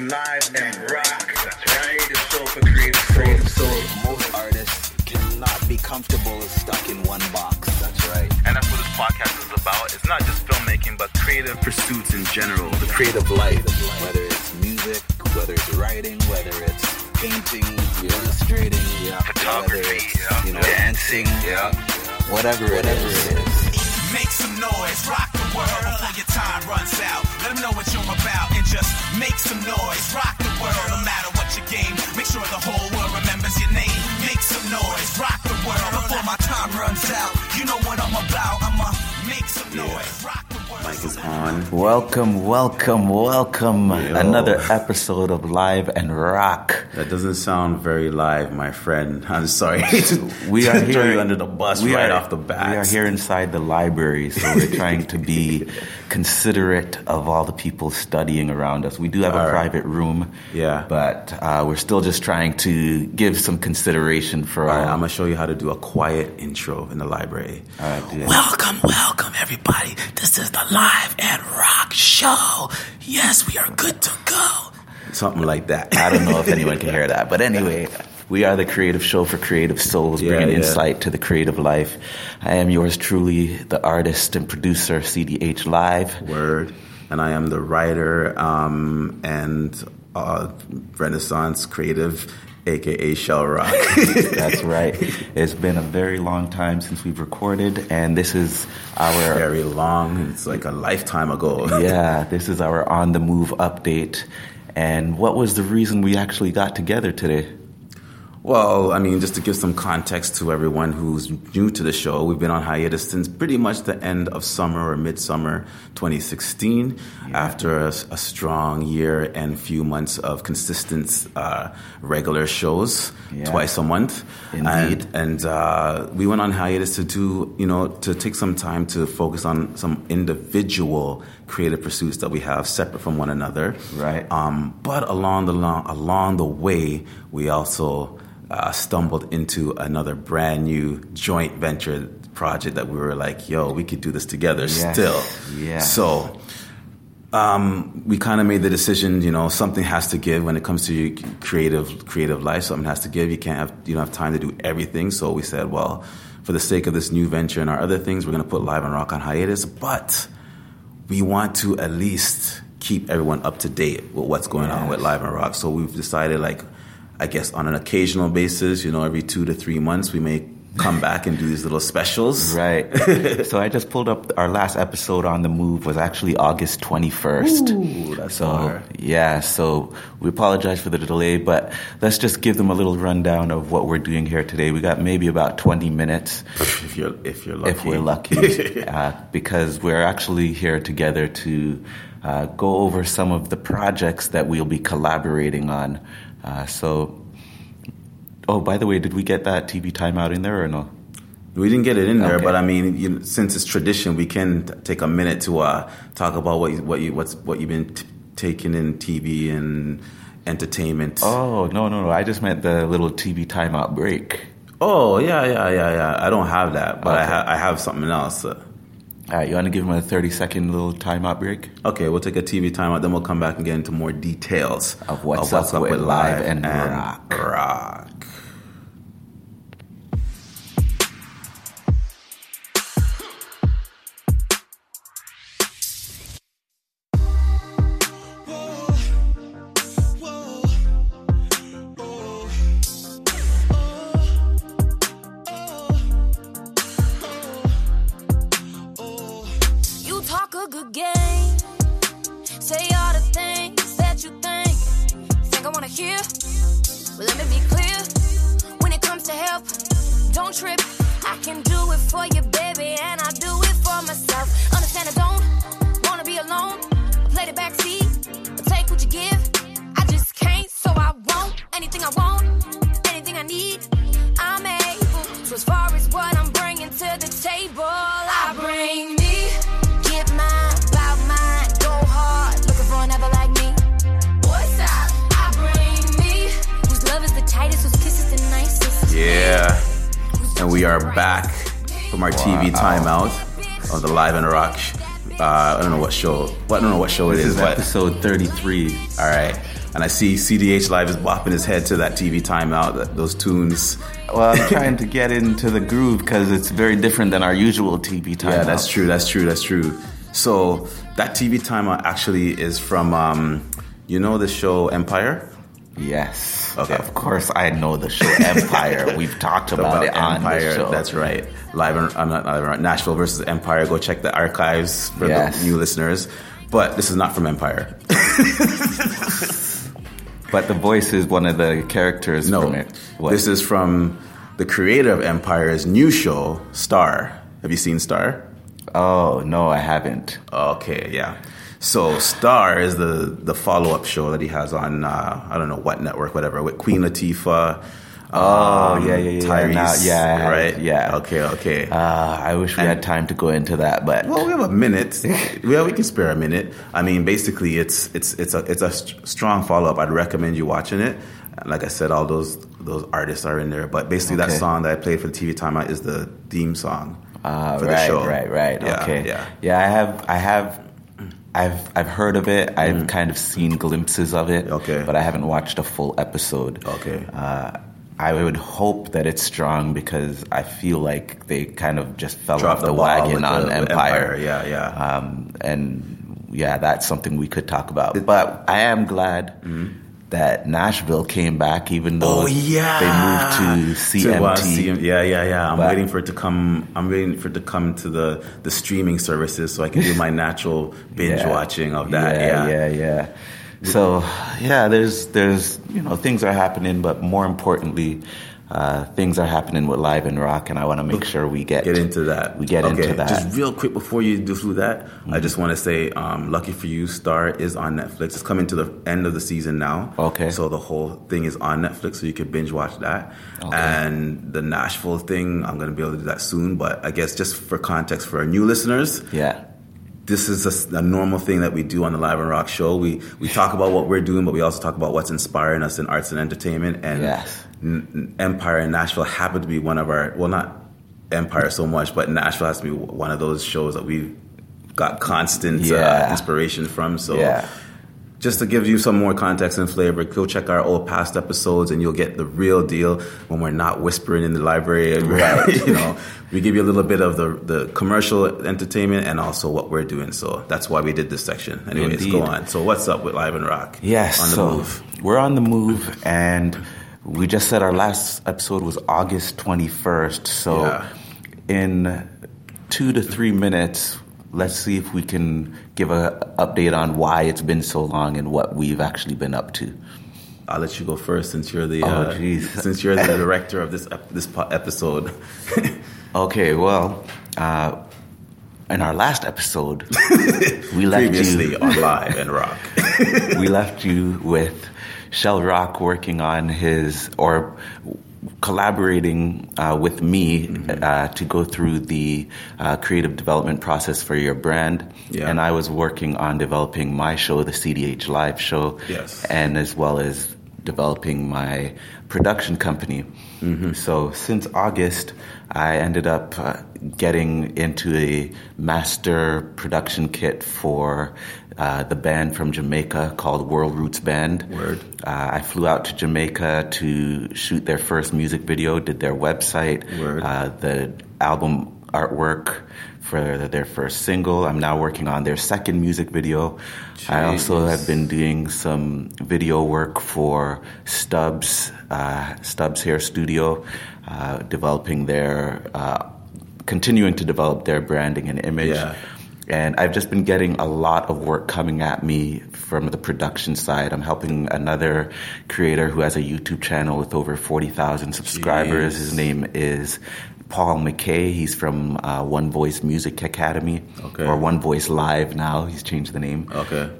live and rock. That's right. Creative soul for creative soul. Creative soul. Most artists cannot be comfortable stuck in one box. That's right. And that's what this podcast is about. It's not just filmmaking, but creative pursuits in general. The creative life. Whether it's music, whether it's writing, whether it's painting, illustrating, yeah. Photography, whether it's, yeah. you know, Yeah. dancing, Yeah. whatever, whatever it is. Make some noise, rock the world before your time runs out. Let 'em know what you're about and just make some noise, rock the world no matter what your game. Make sure the whole world remembers your name. Make some noise, rock the world before my time runs out. You know what I'm about, I'ma make some noise, rock the world. Mic is on. Welcome, welcome, welcome. Another episode of Live and Rock. That doesn't sound very live, my friend. I'm sorry. We are to here throw you under the bus we right are- off the bat. We are here inside the library, so we're trying to be considerate of all the people studying around us. We do have a All right. private room, Yeah. but uh, we're still just trying to give some consideration for All all. right, I'm gonna show you how to do a quiet intro in the library. all right, do that. Welcome, welcome, everybody. This is the Live and Rock Show. Yes, we are good to go. Something like that. I don't know if anyone can hear that, but anyway. We are the creative show for creative souls, Yeah, bringing yeah. insight to the creative life. I am yours truly, the artist and producer, CDH Live. Word. And I am the writer um, and uh, Renaissance creative, aka Shell Rock. That's right. It's been a very long time since we've recorded, and this is our Very long. It's like a lifetime ago. yeah, this is our on the move update. And what was the reason we actually got together today? Well, I mean, just to give some context to everyone who's new to the show, we've been on hiatus since pretty much the end of summer or midsummer 2016, after a, s- a strong year and few months of consistent uh, regular shows, Yeah. twice a month. Indeed. And, and uh, we went on hiatus to do, you know, to take some time to focus on some individual creative pursuits that we have separate from one another. Right. Um, but along the long, along the way, we also uh, stumbled into another brand new joint venture project that we were like, "Yo, we could do this together." Yes. Still, Yes. So um, we kind of made the decision, you know, something has to give when it comes to your creative creative life. Something has to give. You can't have you don't have time to do everything. So we said, well, for the sake of this new venture and our other things, we're going to put live and rock on hiatus, but we want to at least keep everyone up to date with what's going on with live and rock. So we've decided, like, I guess on an occasional basis, you know, every two to three months, we may come back and do these little specials. Right. so I just pulled up our last episode on the move was actually August 21st. Ooh, that's so far. yeah, so we apologize for the delay, but let's just give them a little rundown of what we're doing here today. We got maybe about 20 minutes. If you're if you're lucky. if we're lucky, uh, because we're actually here together to uh, go over some of the projects that we'll be collaborating on. Uh, so, oh, by the way, did we get that TV timeout in there or no? We didn't get it in there, Okay. but I mean, you, since it's tradition, we can t- take a minute to uh, talk about what you, what you what's what you've been t- taking in TV and entertainment. Oh, no, no, no. I just meant the little TV timeout break. Oh, yeah, yeah, yeah, yeah. I don't have that, but I, Okay. ha- I have something else. Uh, All right, you want to give him a 30 second little timeout break? Okay, we'll take a TV timeout, then we'll come back and get into more details Of what's up with Live and Rock. rock. You talk a good game. Say all the things that you think. Think I wanna hear? Well, let me be clear. When it comes to help, don't trip. I can do it for you, baby, and I do it for myself. Understand I don't wanna be alone. I play the backseat, I take what you give. I just can't, so I won't. Anything I want, anything I need, I'm able. So as far as what I'm bringing to the table, I bring me. Get mine, bout mine, go hard, looking for another like me. What's up? I bring me. Whose love is the tightest, whose kiss is the nicest. Yeah, and we are back from our TV timeout of the Live and Rock uh, I don't know what show. What I don't know what show it This is. is but- episode 33. all right. And I see CDH Live is bopping his head to that TV timeout, that, those tunes. Well, I'm trying to get into the groove because it's very different than our usual TV time. Yeah, that's true. That's true. That's true. So that TV timeout actually is from, um, you know, the show Empire. Yes. Okay. Of course, I know the show Empire. We've talked about, it on Empire. the show. That's right. Live in I'm not, live in- Nashville versus Empire. Go check the archives for Yes. the new listeners. But this is not from Empire. But the voice is one of the characters No, from it. What? this is from the creator of Empire's new show, Star. Have you seen Star? oh no, I haven't. Okay, yeah. So Star is the the follow up show that he has on uh, I don't know what network, whatever, with Queen Latifah. Oh yeah, yeah, yeah, Tyrese, now- yeah, I have right, it, yeah. Okay, okay. Uh, I wish we had time to go into that, but well, we have a minute. well, we can spare a minute. I mean, basically, it's it's it's a it's a st- strong follow up. I'd recommend you watching it. Like I said, all those those artists are in there, but basically, that Okay. song that I played for the TV timeout is the theme song Uh, for right, the show. right, right. Yeah, okay. yeah. I have, I have, I've, I've heard of it. I've kind of seen glimpses of it. Mm. Okay. Oh. But I haven't watched a full episode. Okay. Uh, I would hope that it's strong because I feel like they kind of just fell Drop off the, ball wagon with on the- with Empire. Yeah, yeah. Um, and yeah, that's something we could talk about. but I am glad. That Nashville came back, even though Mm-hmm. Oh yeah, they moved to CMT. uh, CM yeah, yeah, yeah. I'm But- waiting for it to come. I'm waiting for it to come to the the streaming services so I can do my natural binge Yeah. watching of that. Yeah, yeah, yeah. yeah. So yeah, there's there's you know things are happening, but more importantly, uh, things are happening with live and rock, and I want to make sure we get Get into that. We get okay, into that. Mm-hmm. Just real quick before you do do that, I just want to say, um, lucky for you, Star is on Netflix. It's coming to the end of the season now. Okay. So the whole thing is on Netflix, so you can binge watch that. Okay. And the Nashville thing, I'm going to be able to do that soon. But I guess just for context for our new listeners, yeah, this is a s- a, normal thing that we do on the Live and Rock show. We we talk about what we're doing, but we also talk about what's inspiring us in arts and entertainment. And Yes. N- N- Empire in Nashville happened to be one of our well, not Empire so much, but Nashville has to be w- one of those shows that we got constant uh, Yeah. inspiration from. So. yeah. Just to give you some more context and flavor, go check our old past episodes and you'll get the real deal when we're not whispering in the library. And we're- you know, we give you a little bit of the, the commercial entertainment and also what we're doing. So that's why we did this section. Anyways, go Indeed. on. So what's up with Live and Rock? Yes. On the so move. We're on the move, and we just said our last episode was August 21st. So, Yeah. in two to three minutes, let's see if we can give a update on why it's been so long and what we've actually been up to. I'll let you go first since you're the Oh, uh, jeez. since you're the director of this ep- this po- episode. Okay, well, uh, in our last episode, we left Previously you on Live and Rock. we left you with Shell Rock working on his or collaborating uh, with me Mm-hmm. uh, to go through the uh, creative development process for your brand. Yeah. And I was working on developing my show, the CDH Live show, Yes. and as well as developing my production company. Mm-hmm. So since August, I ended up uh, getting into a master production kit for uh, the band from Jamaica called World Roots Band. Word. Uh, I flew out to Jamaica to shoot their first music video, did their website, Word. Uh, the album artwork for their first single. I'm now working on their second music video. I also Jeez. have been doing some video work for Stubbs, uh, Stubbs Hair Studio, uh, developing their, uh, continuing to develop their branding and image. Yeah. And I've just been getting a lot of work coming at me from the production side. I'm helping another creator who has a YouTube channel with over 40,000 subscribers. Jeez. His name is Paul McKay. He's from uh, One Voice Music Academy Okay. or One Voice Live now. He's changed the name. okay.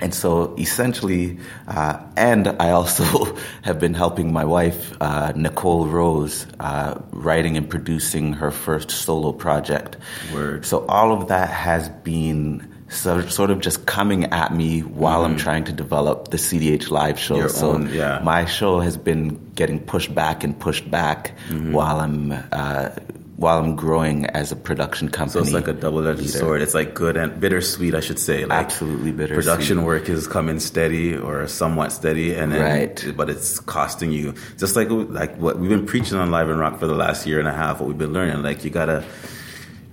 And so essentially, uh, and I also have been helping my wife, uh, Nicole Rose, uh, writing and producing her first solo project. Word. So all of that has been so, sort of just coming at me while I'm trying to develop the CDH Live show. Mm-hmm. Your so own, yeah. Mm-hmm. my show has been getting pushed back and pushed back while I'm uh, while I'm growing as a production So company. it's like a double-edged leader. sword. It's like good and bittersweet, I should say. Like Absolutely bittersweet. Production work is coming steady or somewhat steady, and then Right. but it's costing you. Just like like what we've been preaching on Live and Rock for the last year and a half. What we've been learning, like you gotta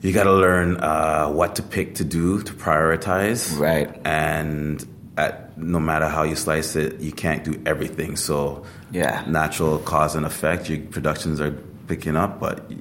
you gotta learn uh, what to pick to do to prioritize, Right. And at, no matter how you slice it, you can't do everything. So Yeah. natural cause and effect. Your productions are picking up, but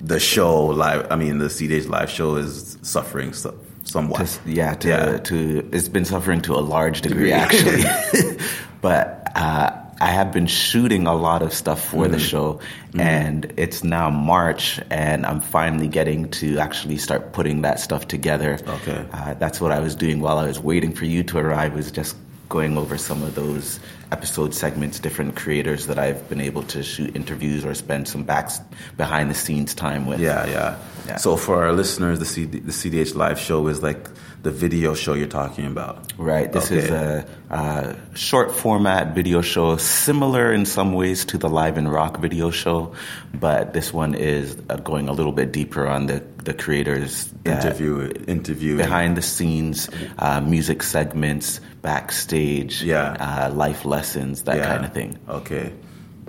the show live. I mean, the CDH live show is suffering so, somewhat. To s- yeah, to, Yeah. to it's been suffering to a large degree actually, but uh, I have been shooting a lot of stuff for Mm-hmm. the show, and it's now March, and I'm finally getting to actually start putting that stuff together. Okay. uh, that's what I was doing while I was waiting for you to arrive. Was just going over some of those episode segments, different creators that I've been able to shoot interviews or spend some back behind the scenes time with. yeah, yeah, Yeah. So for our listeners, the CD, the CDH live show is like the video show you're talking about. Right. This is Okay. a, uh short format video show, similar in some ways to the Live and Rock video show, but this one is uh, going a little bit deeper on the, the creators that- interview, interview behind the scenes, uh, music segments, backstage, Yeah. uh, life lessons, that Yeah. kind of thing. Okay,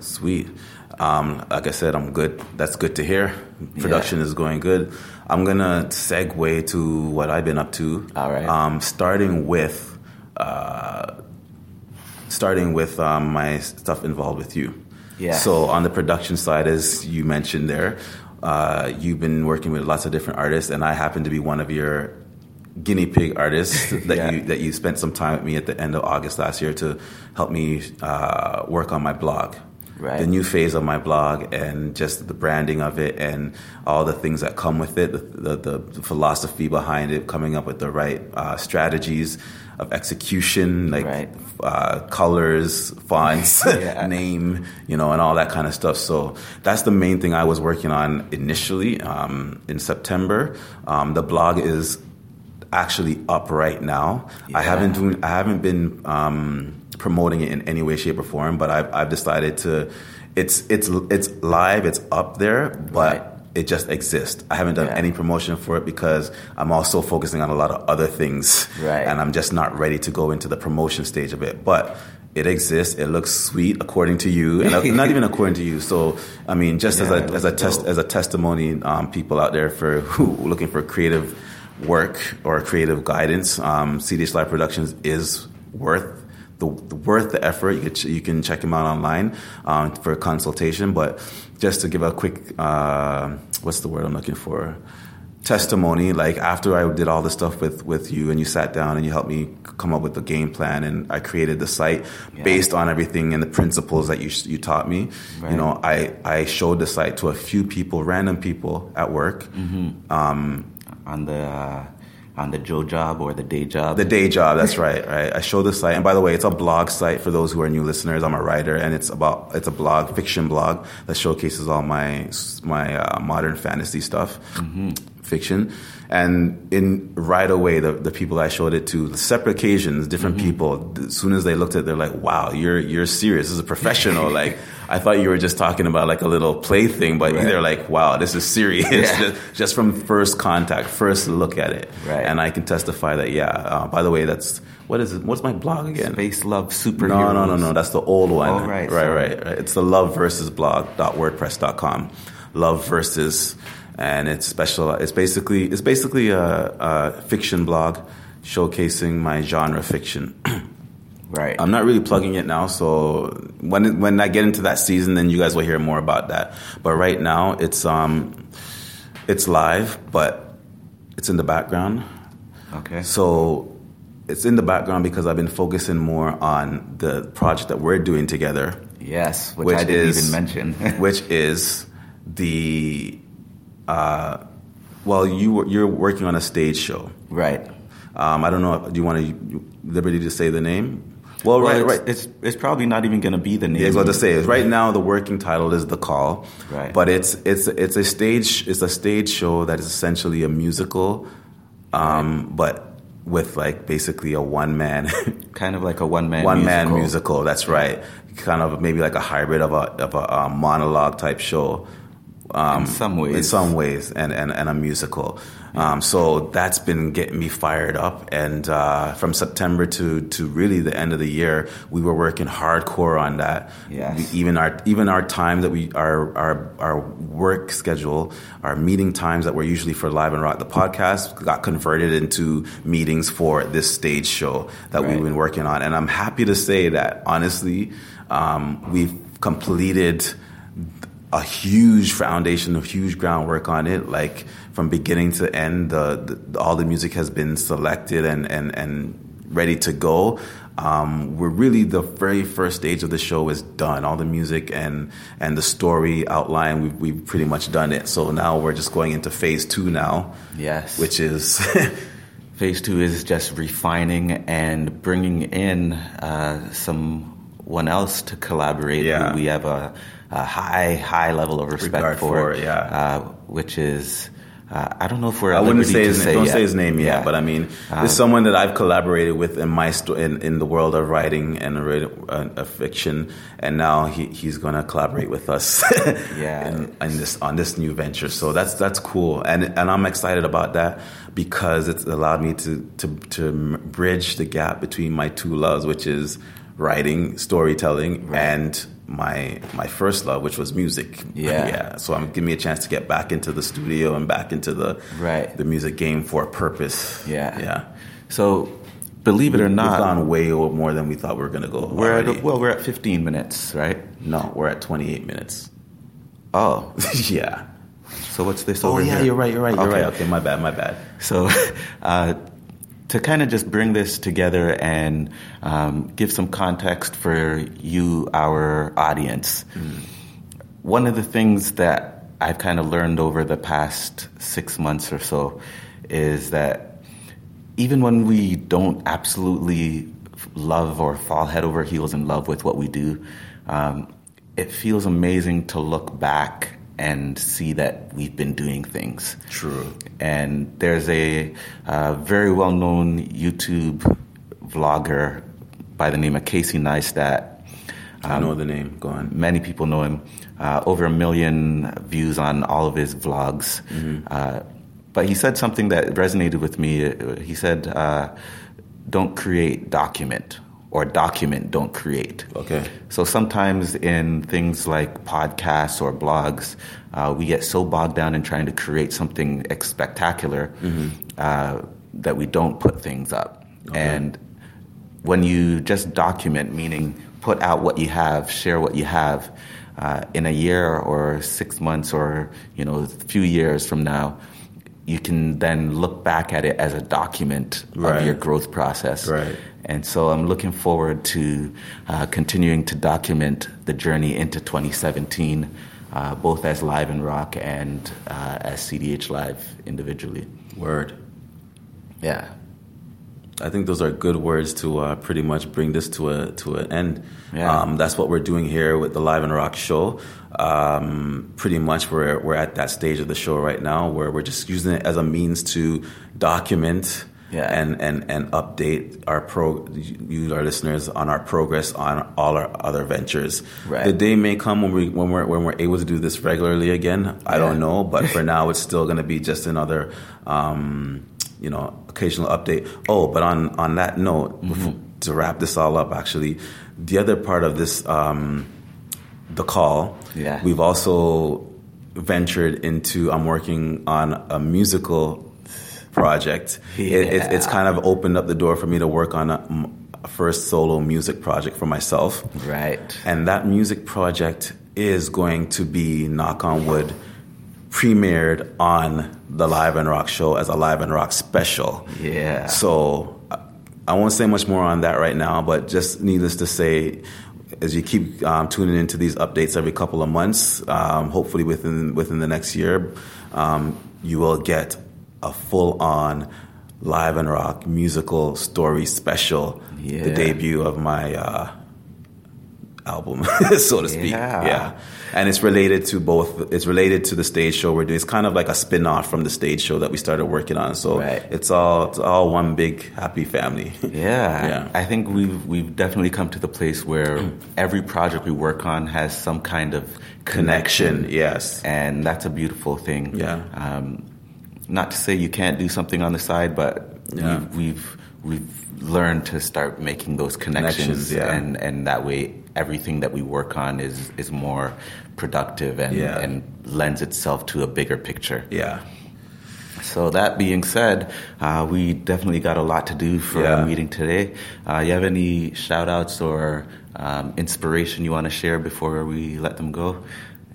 sweet. Um, like I said, I'm good. That's good to hear. Production is going good. I'm gonna segue to what I've been up to. All right. Um, starting with, uh, starting with um, my stuff involved with you. Yeah. So on the production side, as you mentioned there, uh, you've been working with lots of different artists, and I happen to be one of your guinea pig artists that Yeah. you that you spent some time with me at the end of August last year to help me uh, work on my blog. Right. The new phase of my blog and just the branding of it and all the things that come with it, the, the, the philosophy behind it, coming up with the right uh, strategies of execution, like Right. uh, colors, fonts, Yeah. name, you know, and all that kind of stuff. So that's the main thing I was working on initially um, in September. Um, the blog is actually up right now. I haven't doing, I haven't been um, promoting it in any way, shape, or form, but I've, I've decided to. It's it's it's live. It's up there, but. Right. It just exists. I haven't done Yeah. any promotion for it because I'm also focusing on a lot of other things, Right. and I'm just not ready to go into the promotion stage of it. But it exists. It looks sweet, according to you, and uh, not even according to you. So, I mean, just as Yeah, it a as looks a test dope. as a testimony, um, people out there for who looking for creative work or creative guidance, um, CDH Live Productions is worth. The, the worth the effort. You can, ch- you can check them out online um, for consultation. But just to give a quick, uh, what's the word I'm looking for? testimony like after i did all the stuff with with you and you sat down and you helped me come up with the game plan and i created the site based on everything and the principles that you you taught me you know i i showed the site to a few people random people at work On the uh, on the Joe job or the day job. The day job, that's right, right. I show the site, and by the way, it's a blog site for those who are new listeners. I'm a writer, and it's about it's a blog, fiction blog that showcases all my my uh, modern fantasy stuff, Mm-hmm. fiction. And in right away, the, the people I showed it to, separate occasions, different Mm-hmm. people. As soon as they looked at, it, they're like, "Wow, you're you're serious. This is a professional." like I thought you were just talking about like a little play thing, but they're like, "Wow, this is serious." just, just from first contact, first look at it, Right. and I I can testify that. Yeah. Uh, by the way, that's what is it? What's my blog again? Space Love Superheroes. No, no, no, no. That's the old one. Oh, right, right, sorry. right, right. It's the Love Versus blog.wordpress.com. Love versus, and it's special. It's basically it's basically a, a fiction blog showcasing my genre fiction. Right. I'm not really plugging it now, so when when I get into that season, then you guys will hear more about that. But right now, it's um, it's live, but it's in the background. okay. So it's in the background because I've been focusing more on the project that we're doing together, yes, which, I didn't even mention. which is the uh, well, you were- you're working on a stage show. right. Um, I don't know. Do you want to liberty to say the name? Well, Well, right, it's, right. It's it's probably not even going to be the name. Yeah, I was about to say is right now the working title is the call, Right. But it's it's it's a stage it's a stage show that is essentially a musical, um, but with like basically a one man kind of like a one man one man musical. That's right. Kind of maybe like a hybrid of a of a, uh monologue type show Um, In some in ways. some ways, and and, and a musical. Um, so that's been getting me fired up. And uh, from September to to really the end of the year, we were working hardcore on that. Yes. We- even our even our time that we our our our work schedule, our meeting times that were usually for live and rock the podcast got converted into meetings for this stage show that we've Right. been working on, and I'm happy to say that honestly, um, we've completed a huge foundation, a huge groundwork on it. Like from beginning to end, the, the all the music has been selected and and and ready to go. Um, we're really the very first stage of the show is done. All the music and and the story outline, we've, we've pretty much done it. So now we're just going into phase two now, Yes. which is Phase two is just refining and bringing in uh, someone else to collaborate. Yeah. who We have a, a high, high level of respect Regard for, yeah. uh, which is, uh, I don't know if we're. I at wouldn't liberty say to his name. say don't yet. Uh-huh. say his name yet, but I mean, it's someone that I've collaborated with in my sto- in, in the world of writing and writ- uh, of fiction, and now he, he's going to collaborate with us, Yeah. in, in this on this new venture. So that's that's cool, and and I'm excited about that because it's allowed me to to to m- bridge the gap between my two loves, which is writing, storytelling, and my my first love, which was music. Yeah. yeah. Uh, So I'm giving me a chance to get back into the studio and back into the Right. the music game for a purpose. Yeah. yeah. So, believe it or We've not, gone way o- more than we thought we were gonna go. we're already. at, well, we're at 15 minutes, right? no, we're at 28 minutes. Oh, yeah. so what's this Oh over yeah, here? you're right. You're right. You're Okay. right. Okay, my bad. My bad. So, uh, to kind of just bring this together and um, give some context for you, our audience, one of the things that I've kind of learned over the past six months or so is that even when we don't absolutely f- love or fall head over heels in love with what we do, um, it feels amazing to look back and see that we've been doing things. True. And there's a uh, very well known YouTube vlogger by the name of Casey Neistat. I Um, know the name. Go on. Many people know him. Uh, over a million views on all of his vlogs. Uh, but he said something that resonated with me. He said, uh, Don't create, document, or document, don't create. Okay. So sometimes in things like podcasts or blogs, uh, we get so bogged down in trying to create something ex- spectacular uh, that we don't put things up. And when you just document, meaning put out what you have, share what you have, uh, in a year or six months or you know a few years from now, you can then look back at it as a document Right. of your growth process. Right. And so I'm looking forward to uh, continuing to document the journey into 2017, uh, both as Live and Rock and uh, as CDH Live individually. Word. Yeah. I think those are good words to uh, pretty much bring this to a to an end. Yeah. Um, that's what we're doing here with the Live and Rock show. Um, pretty much, we're we're at that stage of the show right now where we're just using it as a means to document Yeah. and and and update our pro you our listeners on our progress on all our other ventures. Right. The day may come when we when we're when we're able to do this regularly again. I don't Yeah. know, but for now, it's still going to be just another. Um, you know, occasional update. Oh, but on on that note, Mm-hmm. before, to wrap this all up, actually, the other part of this um, the call. Yeah. We've also ventured into. I'm working on a musical project. It, it, it's Yeah. kind of opened up the door for me to work on a, m- a first solo music project for myself. Right. And that music project is going to be, knock on wood, premiered on the Live and Rock show as a Live and Rock special. Yeah. So I- I won't say much more on that right now, but just needless to say, as you keep um, tuning into these updates every couple of months, um, hopefully within within the next year, um, you will get a full on live and rock musical story special, Yeah. the debut of my uh, album, so to speak. Yeah. And it's related to both. It's related to the stage show we're doing. It's kind of like a spin off from the stage show that we started working on. So Right. it's all it's all one big happy family. Yeah, Yeah. I think we've we've definitely come to the place where every project we work on has some kind of connection, Connection, yes. and that's a beautiful thing. Yeah. Um, not to say you can't do something on the side, but Yeah. we've, we've we've learned to start making those connections, Connections, yeah. and and that way everything that we work on is is more productive and Yeah. and lends itself to a bigger picture. Yeah. So that being said, uh, we definitely got a lot to do for Yeah. our meeting today. Uh, you have any shout outs or um, inspiration you want to share before we let them go?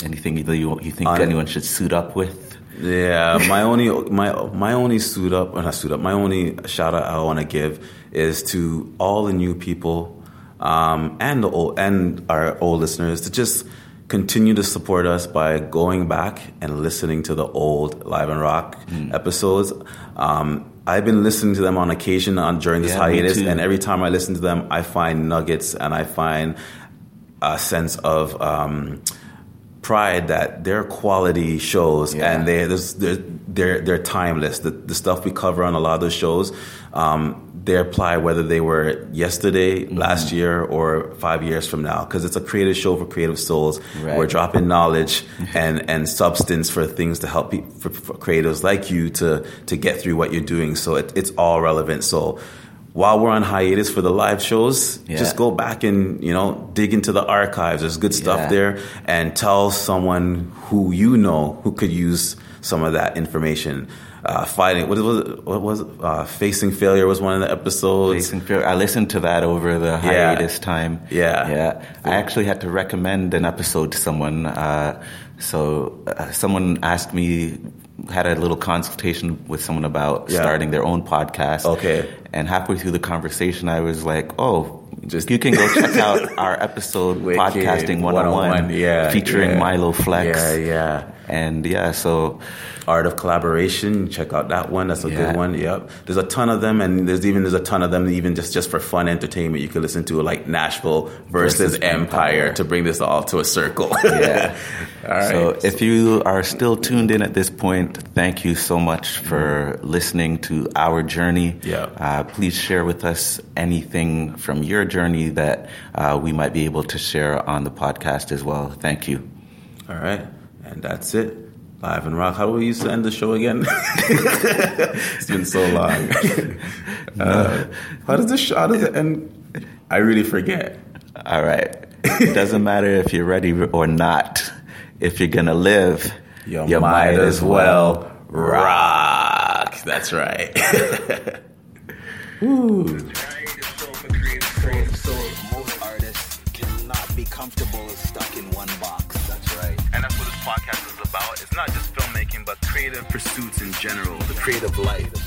Anything that you, you think Um, anyone should suit up with? Yeah, my only my my only suit up or not suit up. My only shout out I want to give is to all the new people um, and the old and our old listeners to just continue to support us by going back and listening to the old Live and Rock Hmm. episodes. Um, I've been listening to them on occasion on during this Yeah, me hiatus, too. and every time I listen to them, I find nuggets and I find a sense of. Um, pride that their quality shows Yeah. and they this- they're, they're they're timeless. The, the stuff we cover on a lot of those shows, um, they apply whether they were yesterday, Mm-hmm. last year, or five years from now. Because it's a creative show for creative souls. Right. We're dropping knowledge and and substance for things to help people, for, for creatives like you to to get through what you're doing. So it, it's all relevant. So. While we're on hiatus for the live shows, Yeah. just go back and you know dig into the archives. There's good stuff Yeah. there and tell someone who you know who could use some of that information. Uh, fighting, what was it? What was it? Uh, facing failure was one of the episodes. Jason Fier- I listened to that over the Yeah. hiatus time. Yeah. yeah. I actually had to recommend an episode to someone. Uh, so uh, someone asked me, had a little consultation with someone about Yeah. starting their own podcast. Okay. And halfway through the conversation, I was like, oh. Just- Just you can go check out our episode Wicked. podcasting 101 yeah, featuring yeah. Milo Flex Yeah, yeah. and yeah so Art of collaboration. Check out that one. That's a Yeah. good one. Yep. There's a ton of them, and there's even there's a ton of them even just just for fun entertainment. You could listen to like Nashville versus, Versus Empire. Empire, to bring this all to a circle. yeah. all right. So if you are still tuned in at this point, thank you so much for listening to our journey. Yeah. Uh, please share with us anything from your journey that uh, we might be able to share on the podcast as well. Thank you. all right. And that's it. Live and rock. How do we used to end the show again? it's been so long. Uh, how does the show? How does it end? I really forget. All right. it doesn't matter if you're ready or not. If you're gonna live, You, might, as well rock. That's right. Tried to solve for creative creative soul. Most artists cannot be comfortable as stuck in one box. That's right. And that's what this podcast is about. It's not just filmmaking, but creative pursuits in general. The creative life.